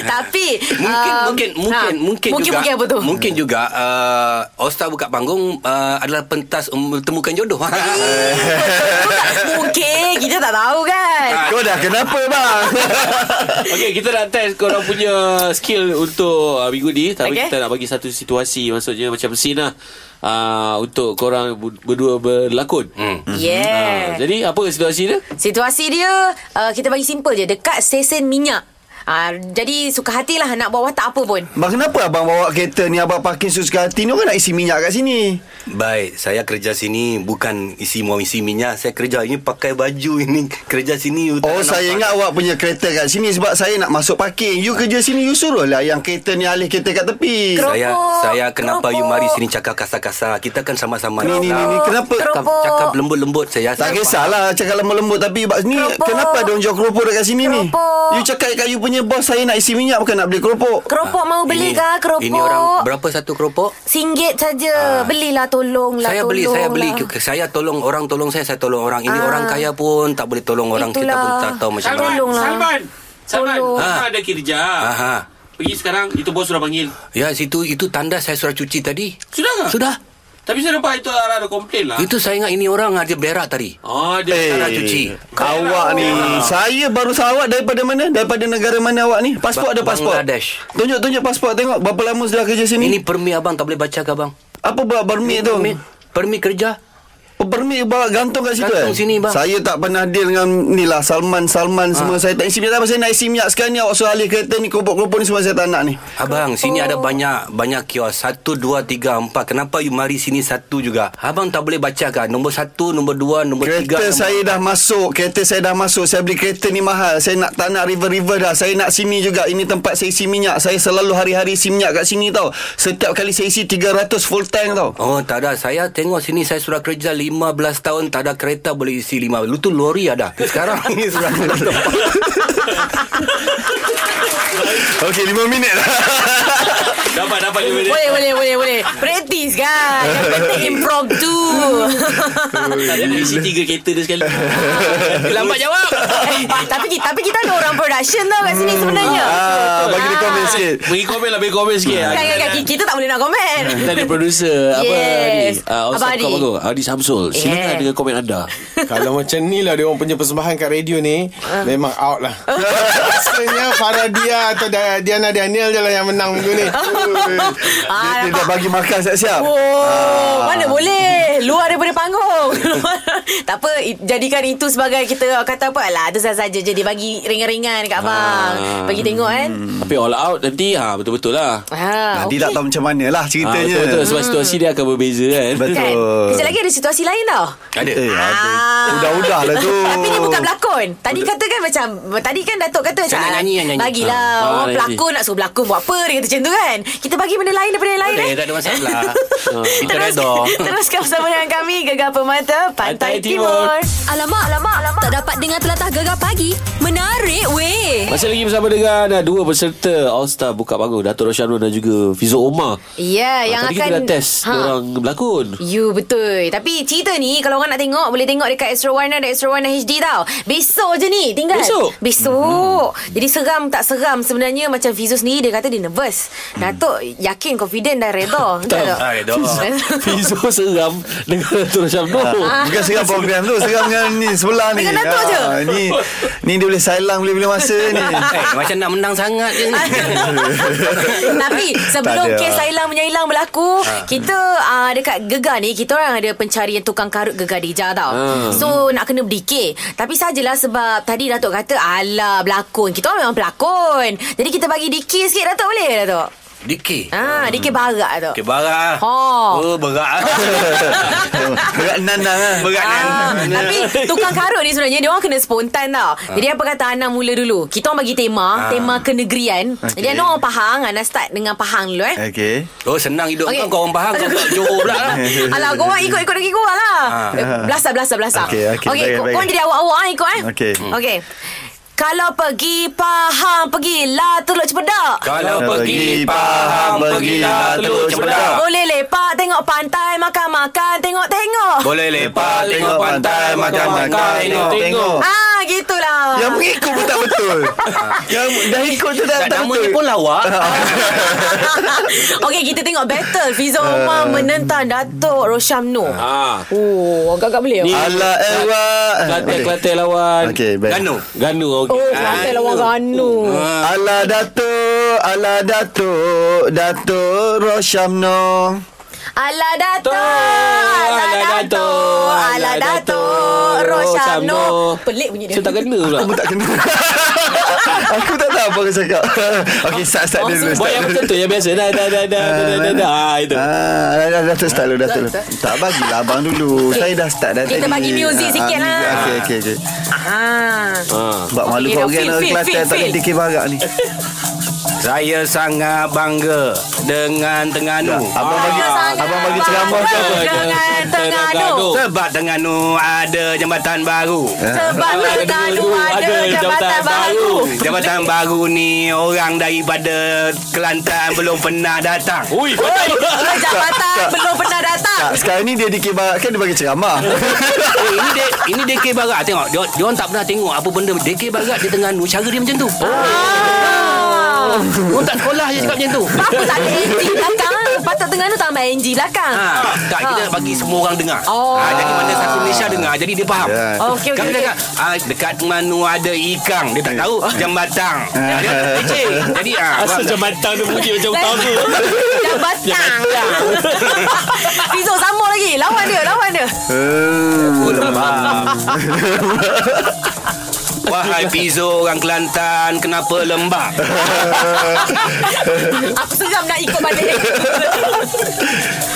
[SPEAKER 2] Tapi
[SPEAKER 7] Mungkin
[SPEAKER 2] ah,
[SPEAKER 7] mungkin mungkin
[SPEAKER 2] ah,
[SPEAKER 7] mungkin
[SPEAKER 2] Mungkin
[SPEAKER 7] juga
[SPEAKER 2] mungkin apa tu
[SPEAKER 7] Mungkin juga uh, All Star buka panggung uh, adalah pentas um, temukan jodoh.
[SPEAKER 2] Mungkin Kita tak tahu kan
[SPEAKER 8] Kau dah kenapa bang
[SPEAKER 6] Okay kita nak test Korang punya skill Untuk uh, minggu ni Tapi
[SPEAKER 2] Okey.
[SPEAKER 6] okay. kita nak bagi satu situasi Maksudnya macam scene lah uh, Untuk korang bu- berdua berlakon hmm.
[SPEAKER 2] Yeah
[SPEAKER 6] Jadi apa situasi dia?
[SPEAKER 2] Situasi dia uh, Kita bagi simple je Dekat stesen minyak uh, Jadi suka hatilah Nak bawa tak apa pun
[SPEAKER 8] Bang kenapa abang bawa kereta ni Abang parking suka hati ni Orang nak isi minyak kat sini
[SPEAKER 7] Baik, saya kerja sini bukan isi mau isi minyak. Saya kerja ini pakai baju ini kerja sini. you tak
[SPEAKER 8] Oh
[SPEAKER 7] nak
[SPEAKER 8] saya
[SPEAKER 7] nampak.
[SPEAKER 8] ingat awak punya kereta kat sini Sebab saya nak masuk parking You kerja sini You suruh lah Yang kereta ni alih kereta kat tepi
[SPEAKER 2] Kerop-
[SPEAKER 7] Saya
[SPEAKER 2] Keropok,
[SPEAKER 7] saya kenapa
[SPEAKER 2] keropok.
[SPEAKER 7] you mari sini cakap kasar-kasar. Kita kan sama-sama.
[SPEAKER 8] Ni, ni, ni, ni. Kenapa?
[SPEAKER 7] Cakap,
[SPEAKER 2] Keropok.
[SPEAKER 7] cakap lembut-lembut saya.
[SPEAKER 8] tak
[SPEAKER 7] saya
[SPEAKER 8] kisahlah cakap lembut-lembut tapi bak ni
[SPEAKER 2] Keropok.
[SPEAKER 8] kenapa ada orang jual keropok dekat sini ni?
[SPEAKER 2] Keropok.
[SPEAKER 8] You cakap kat you punya bos saya nak isi minyak bukan nak beli keropok.
[SPEAKER 2] Keropok mau
[SPEAKER 7] faham.
[SPEAKER 2] beli
[SPEAKER 7] Ah, Ini-
[SPEAKER 2] ke keropok
[SPEAKER 7] Ini orang berapa satu keropok?
[SPEAKER 2] Singgit saja Belilah tolonglah
[SPEAKER 7] saya beli,
[SPEAKER 2] tolonglah.
[SPEAKER 7] saya beli. Saya tolong orang tolong saya, saya tolong orang. Ini
[SPEAKER 2] lah. Ah.
[SPEAKER 7] orang kaya pun tak boleh tolong orang. Kita pun
[SPEAKER 2] Itulah.
[SPEAKER 7] tak tahu macam
[SPEAKER 2] Tolonglah.
[SPEAKER 6] Salman
[SPEAKER 2] Tolong.
[SPEAKER 6] Salman
[SPEAKER 2] Tolong.
[SPEAKER 6] Salman ha. ada kerja
[SPEAKER 7] Aha.
[SPEAKER 6] Pergi sekarang Itu bos sudah panggil
[SPEAKER 7] Ya situ itu tanda saya surat cuci tadi.
[SPEAKER 6] Sudah tak?
[SPEAKER 7] Sudah.
[SPEAKER 6] Tapi saya nampak itu Ara ada komplain lah
[SPEAKER 7] Itu saya ingat ini orang ah, dia berak tadi.
[SPEAKER 6] Oh dia
[SPEAKER 8] Eh,
[SPEAKER 7] Nak cuci.
[SPEAKER 8] Awak ni Saya baru sahabat daripada mana Daripada negara mana awak ni Pasport
[SPEAKER 7] Ba-
[SPEAKER 8] ada pasport
[SPEAKER 7] Bangladesh.
[SPEAKER 8] Tunjuk-tunjuk pasport tengok Berapa lama sudah kerja sini
[SPEAKER 7] Ini permi abang tak boleh baca ke abang?
[SPEAKER 8] Apa buat permit tu
[SPEAKER 7] Permi, permi kerja.
[SPEAKER 8] Oh, Permit bawa gantung kat situ
[SPEAKER 7] Gantung
[SPEAKER 8] eh?
[SPEAKER 7] sini, bang.
[SPEAKER 8] Saya tak pernah deal dengan ni lah Salman Salman ha. semua Saya tak isi minyak Apa saya nak isi minyak sekarang ni Awak suruh alih kereta ni Kelompok-kelompok ni semua saya tak nak ni
[SPEAKER 7] Abang, sini ada
[SPEAKER 2] Oh.
[SPEAKER 7] banyak banyak kios. Satu, dua, tiga, empat. Kenapa you mari sini satu juga? Abang tak boleh baca ke? Nombor satu, nombor dua, nombor tiga.
[SPEAKER 8] Kereta
[SPEAKER 7] nombor-
[SPEAKER 8] saya dah masuk Kereta saya dah masuk Saya beli kereta ni mahal Saya nak tak nak river-river dah Saya nak sini juga Ini tempat saya isi minyak Saya selalu hari-hari isi minyak kat sini tau Setiap kali saya isi 300 full tank tau
[SPEAKER 7] Oh tak ada Saya tengok sini Saya sudah kerja 15 tahun Tak ada kereta boleh isi 5 Lu tu lori ada Sekarang ni sudah
[SPEAKER 8] Okey 5 minit lah
[SPEAKER 6] Dapat dapat dia boleh.
[SPEAKER 2] Boleh, boleh, boleh, boleh. Praktis kan? Yang penting impromptu.
[SPEAKER 6] Tak dia nak isi tiga kereta dia sekali
[SPEAKER 7] Lambat jawab
[SPEAKER 2] Eh, tapi, kita- tapi kita ada orang production tau kat sini sebenarnya.
[SPEAKER 8] ah, Bagi dia komen sikit
[SPEAKER 6] Bagi komen lah Bagi komen sikit
[SPEAKER 2] Kan, kan, kan. Kita tak boleh nak komen.
[SPEAKER 8] Hmm.
[SPEAKER 6] Kita ada producer Apa
[SPEAKER 2] Yes.
[SPEAKER 6] Adi Ah,
[SPEAKER 2] Abang
[SPEAKER 6] Abang Adi
[SPEAKER 2] Adi.
[SPEAKER 6] Adi Samsul Silakan
[SPEAKER 2] Yeah.
[SPEAKER 6] dengan komen anda
[SPEAKER 9] Kalau macam ni lah Dia orang punya persembahan kat radio ni
[SPEAKER 2] Ah.
[SPEAKER 9] Memang out lah Rasanya Faradia Atau Da- Diana Daniel je lah yang menang minggu ni
[SPEAKER 8] Dia, dia Ah. dah bagi makan siap-siap
[SPEAKER 2] Ah, Oh, mana boleh Luar daripada panggung Tak apa i- Jadikan itu sebagai Kita kata apa Alah tu saja je Dia bagi ringan-ringan Kat
[SPEAKER 8] Ah.
[SPEAKER 2] abang Bagi tengok kan
[SPEAKER 8] Hmm.
[SPEAKER 6] Hmm. Tapi all out nanti ha, Betul-betul lah
[SPEAKER 2] ha,
[SPEAKER 8] Nanti tak tahu macam mana lah
[SPEAKER 6] Ah,
[SPEAKER 8] ceritanya
[SPEAKER 6] Betul-betul Sebab
[SPEAKER 2] Hmm.
[SPEAKER 6] situasi dia akan berbeza kan
[SPEAKER 8] Betul.
[SPEAKER 2] Kan Kejap lagi ada situasi lain tau
[SPEAKER 8] Ada eh, ada.
[SPEAKER 2] Ah.
[SPEAKER 8] Udah-udah lah tu
[SPEAKER 2] Tapi ni bukan pelakon Tadi kata kan macam Tadi kan Datuk kata macam
[SPEAKER 7] nak
[SPEAKER 2] "Ah,
[SPEAKER 7] nyanyi, nak nyanyi."
[SPEAKER 2] Bagilah
[SPEAKER 6] Ah,
[SPEAKER 2] Orang
[SPEAKER 6] nak
[SPEAKER 2] pelakon nak suruh pelakon Buat apa Dia kata macam tu kan Kita bagi benda lain daripada yang lain
[SPEAKER 7] Boleh
[SPEAKER 2] eh
[SPEAKER 7] tak ada masalah
[SPEAKER 6] Ah,
[SPEAKER 7] Oh, Kita
[SPEAKER 2] Terus,
[SPEAKER 7] redor
[SPEAKER 2] teruskan bersama dengan kami Gegar Permata Pantai,
[SPEAKER 6] Pantai Timur.
[SPEAKER 2] Timur.
[SPEAKER 1] Alamak, alamak, alamak. Tak dapat dengar telatah gegar pagi. Menarik weh.
[SPEAKER 6] Masih lagi bersama dengan ah, dua peserta All Star Buka Bangun Dato' Rosyanul dan juga Fizo Omar
[SPEAKER 2] Ya, yang
[SPEAKER 6] Ah, tadi
[SPEAKER 2] akan
[SPEAKER 6] kita dah test ha. orang berlakon.
[SPEAKER 2] You betul Tapi cerita ni Kalau orang nak tengok Boleh tengok dekat Astro Warna Dan Astro Warna HD tau Besok je ni Tinggal
[SPEAKER 6] Besok? Mhm.
[SPEAKER 2] Besok mm-hmm. Jadi seram tak seram Sebenarnya macam Fizu sendiri Dia kata dia nervous mm. Datuk yakin Confident dan reda Betul tak?
[SPEAKER 7] Ah, redor
[SPEAKER 6] Fizo seram dengan Dato' Rosyanul.
[SPEAKER 2] Ha.
[SPEAKER 8] Bukan seram program tu Seram dengan ni Sebelah
[SPEAKER 2] Ah.
[SPEAKER 8] ni Ah,
[SPEAKER 2] Dengan Datuk je.
[SPEAKER 8] Ni Ni dia boleh silang Bila-bila masa ni
[SPEAKER 7] Eh, macam nak menang sangat je ni.
[SPEAKER 2] Tapi sebelum
[SPEAKER 8] Tak ada. Ha.
[SPEAKER 2] kes Sailang menyailang berlaku, kita uh, dekat Gegar ni kita orang ada pencarian tukang karut Gegar Dija tau.
[SPEAKER 8] Hmm.
[SPEAKER 2] So nak kena berdikir. Tapi sajalah sebab tadi Datuk kata alah berlakon. Kita orang memang pelakon. Jadi kita bagi dikir sikit Datuk boleh ke, Datuk?
[SPEAKER 7] Dikir
[SPEAKER 2] Ah, dikir barak Datuk.
[SPEAKER 7] Okay, barak
[SPEAKER 2] Ha.
[SPEAKER 7] Oh, barak
[SPEAKER 8] Berat nandang lah
[SPEAKER 7] Berat kan
[SPEAKER 2] Ah, tapi tukang karut ni sebenarnya dia orang kena spontan
[SPEAKER 8] Ah.
[SPEAKER 2] tau. Jadi apa kata Ana mula dulu. Kita orang bagi tema, tema kenegrian. Jadi
[SPEAKER 8] Ah, Okey.
[SPEAKER 2] Ana orang Pahang, Ana start dengan Pahang dulu eh.
[SPEAKER 8] Okay
[SPEAKER 7] Oh, senang hidup
[SPEAKER 2] Okey.
[SPEAKER 7] kau Kau orang Pahang Kau kat Johor pula lah
[SPEAKER 2] Alah, kau orang ikut-ikut lagi kau lah. Belasah, belasah, belasah.
[SPEAKER 8] Ah. Okey,
[SPEAKER 2] Okey,
[SPEAKER 8] okey, baik,
[SPEAKER 2] kau
[SPEAKER 8] baik.
[SPEAKER 2] korang jadi awak-awak eh, ikut eh.
[SPEAKER 8] Okey.
[SPEAKER 2] Okey. Kalau pergi Pahang, pergilah Teluk Cepedak.
[SPEAKER 7] Kalau pergi
[SPEAKER 8] Pergi Pahang,
[SPEAKER 7] Pahang
[SPEAKER 8] pergilah
[SPEAKER 7] Pergilah
[SPEAKER 8] Teluk
[SPEAKER 7] Teluk Cempedak
[SPEAKER 2] Boleh lepak, tengok pantai, makan-makan, tengok-tengok.
[SPEAKER 7] Boleh lepak Tengok pantai Makan-makan Tengok
[SPEAKER 8] Tengok
[SPEAKER 2] Ah, gitulah.
[SPEAKER 8] Yang mengikut pun tak betul Yang dah ikut tu tak,
[SPEAKER 7] Tak
[SPEAKER 8] tak
[SPEAKER 7] namanya
[SPEAKER 8] betul
[SPEAKER 7] pun lawak
[SPEAKER 2] Okey, kita tengok battle Fiza
[SPEAKER 8] Ah.
[SPEAKER 2] Omar menentang Datuk Roshamno.
[SPEAKER 6] Ah.
[SPEAKER 2] Oh, agak-agak boleh.
[SPEAKER 6] Ni-
[SPEAKER 8] Ala ewa
[SPEAKER 6] Kelantan Kelantan lawan
[SPEAKER 8] Okay baik
[SPEAKER 7] Ganu
[SPEAKER 6] Ganu okey.
[SPEAKER 2] Oh, pantai lawan Ganu.
[SPEAKER 8] Ala Datuk Ala Datuk Datuk Rosyamno
[SPEAKER 2] Ala Dato'
[SPEAKER 6] Ala
[SPEAKER 2] Ala Dato'
[SPEAKER 6] Dato',
[SPEAKER 2] Ala
[SPEAKER 6] Ala
[SPEAKER 2] Dato'
[SPEAKER 6] Dato',
[SPEAKER 2] Rosyamno
[SPEAKER 6] Rosyamno.
[SPEAKER 2] Pelik bunyi dia
[SPEAKER 6] Macam tak kena pula
[SPEAKER 8] Aku tak kena Aku tak tahu apa aku cakap Okay start
[SPEAKER 2] Oh,
[SPEAKER 8] start dulu
[SPEAKER 6] Buat
[SPEAKER 8] start
[SPEAKER 6] yang
[SPEAKER 8] dulu
[SPEAKER 6] macam tu Yang biasa Dah dah dah dah dah dah, dah dah Ah, Itu
[SPEAKER 8] Ah, dah, dah, Datuk start dulu Datuk Tak bagilah abang dulu Saya dah start dah
[SPEAKER 2] Kita
[SPEAKER 8] tadi.
[SPEAKER 2] bagi music
[SPEAKER 8] Ah,
[SPEAKER 2] sikit
[SPEAKER 8] ah,
[SPEAKER 2] lah.
[SPEAKER 8] music. Okay okay okay
[SPEAKER 2] ah.
[SPEAKER 8] Sebab malu
[SPEAKER 2] Okay, dah,
[SPEAKER 8] kau orang
[SPEAKER 2] feel,
[SPEAKER 8] Orang
[SPEAKER 2] feel,
[SPEAKER 8] Kelantan
[SPEAKER 2] feel,
[SPEAKER 8] tak
[SPEAKER 2] feel.
[SPEAKER 8] dikir barak ni
[SPEAKER 7] Saya sangat bangga dengan Terengganu.
[SPEAKER 8] Abang bagi Abang bagi ceramah ke apa
[SPEAKER 2] Dengan Tengganu
[SPEAKER 6] Oh.
[SPEAKER 7] Sebab Terengganu ada jambatan baru.
[SPEAKER 6] Ah.
[SPEAKER 2] Sebab
[SPEAKER 6] Abang ada
[SPEAKER 2] Tengganu
[SPEAKER 6] dua,
[SPEAKER 2] ada
[SPEAKER 6] ada
[SPEAKER 2] jabatan
[SPEAKER 6] jabatan
[SPEAKER 2] baru
[SPEAKER 7] Jabatan Oh. baru ni orang daripada Kelantan belum pernah datang.
[SPEAKER 6] Ui
[SPEAKER 2] Oi, Jabatan belum pernah datang
[SPEAKER 8] Tak, Ah, sekarang ni dia dikir barak Kan dia bagi ceramah
[SPEAKER 7] Eh, ini de, ini DK Barat tengok. Dia, dia orang tak pernah tengok apa benda DK Barat di Terengganu cara dia macam tu. Oh.
[SPEAKER 2] Ah.
[SPEAKER 7] Orang tak sekolah je cakap macam tu
[SPEAKER 2] Apa tak ada NG belakang? Patut tengah tu tak ambil NG belakang.
[SPEAKER 7] Ha, tak kita nak bagi semua orang dengar.
[SPEAKER 2] Ah. Oh.
[SPEAKER 7] Ha, jadi mana satu Malaysia dengar jadi dia faham.
[SPEAKER 8] Yeah.
[SPEAKER 2] Oh, okey, okey,
[SPEAKER 7] Kami
[SPEAKER 2] okey.
[SPEAKER 7] cakap ah, dekat Manu ada ikang dia tak tahu jambatan. Ya, dia kecil. Jadi ah
[SPEAKER 6] Asal jambatan tu bunyi macam utama
[SPEAKER 2] Dah batang Rizok sama lagi Lawan dia Lawan dia
[SPEAKER 8] Hmm,
[SPEAKER 7] wahai Pizo orang Kelantan kenapa Kan lembab?
[SPEAKER 2] Aku seram nak ikut balik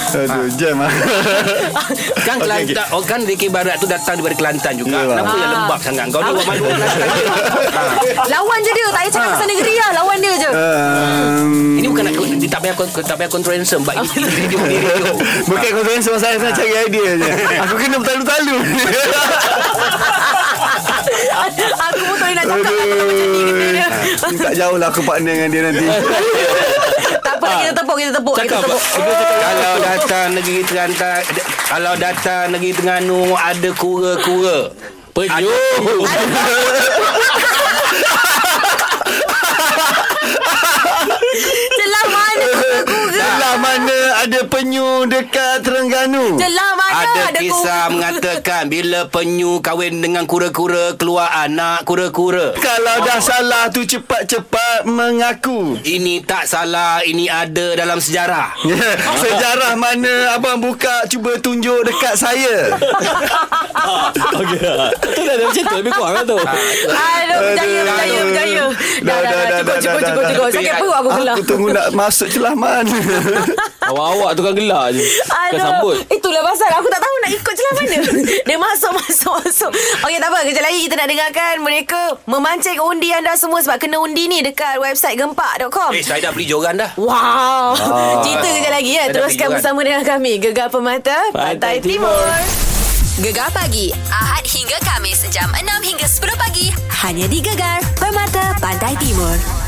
[SPEAKER 8] Aduh, jam ah.
[SPEAKER 7] Kan
[SPEAKER 8] Okey,
[SPEAKER 7] Kelantan oh, kan DK Barat tu datang daripada Kelantan juga.
[SPEAKER 8] Yalah.
[SPEAKER 7] Kenapa yang lembab sangat? Kau ni buat malu orang Kelantan. Ha.
[SPEAKER 2] Lawan je dia Tak payah cakap pasal negeri lah Lawan dia je
[SPEAKER 8] Um,
[SPEAKER 7] Ini bukan nak dia tak payah kon- tak payah control handsome but ini ini video ini video. Ah,
[SPEAKER 8] Bukan kau tanya sama saya Saya cari idea je Aku kena bertalu-talu
[SPEAKER 2] Aku pun tak boleh nak cakap lah kalau macam ni kena
[SPEAKER 8] Aduh.
[SPEAKER 2] dia.
[SPEAKER 8] Tak jauh lah aku partner dengan dia nanti
[SPEAKER 2] Tak apa kita tepuk
[SPEAKER 6] Ah.
[SPEAKER 2] Kita tepuk Kita
[SPEAKER 7] Cakap
[SPEAKER 2] tepuk
[SPEAKER 7] Kalau datang negeri Terengganu Kalau datang negeri Terengganu Ada kura-kura
[SPEAKER 6] Penyuh
[SPEAKER 2] Celah mana Google
[SPEAKER 8] Lah mana ada penyu Dekat Terengganu
[SPEAKER 2] Celah mana
[SPEAKER 7] ada,
[SPEAKER 2] Ada
[SPEAKER 7] kisah
[SPEAKER 2] Google.
[SPEAKER 7] mengatakan bila penyu kahwin dengan kura-kura keluar anak kura-kura.
[SPEAKER 8] Kalau dah salah tu cepat-cepat mengaku
[SPEAKER 7] Ini tak salah, ini ada dalam sejarah.
[SPEAKER 8] Ya, Sejarah mana abang buka cuba tunjuk dekat saya.
[SPEAKER 6] Okey Tu dah ada macam tu Lebih kurang lah tu
[SPEAKER 8] Ah.
[SPEAKER 2] Aduh Ah, Berjaya Berjaya Berjaya Dah dah dah Cukup cukup cukup cukup Sakit perut aku pula
[SPEAKER 8] Aku tunggu nak masuk celah mana.
[SPEAKER 6] Awak-awak tukang gelak je Kan sambut
[SPEAKER 2] Aduh, itulah pasal aku tak tahu nak ikut celah mana. Dia masuk masuk masuk. Okey tak apa, kejap lagi kita nak dengarkan mereka memancing undi anda semua sebab kena undi ni dekat website gempak.com.
[SPEAKER 7] Eh, saya dah beli joran dah.
[SPEAKER 2] Wow.
[SPEAKER 6] Ah.
[SPEAKER 2] Cerita kejap lagi ya.
[SPEAKER 7] Saya dah
[SPEAKER 2] Teruskan
[SPEAKER 7] pergi
[SPEAKER 2] bersama dengan kami Gegar Permata Pantai
[SPEAKER 6] Pantai
[SPEAKER 2] Timur.
[SPEAKER 6] Timur.
[SPEAKER 1] Gegar pagi Ahad hingga Kamis jam 6 hingga 10 pagi hanya di Gegar Permata Pantai Timur.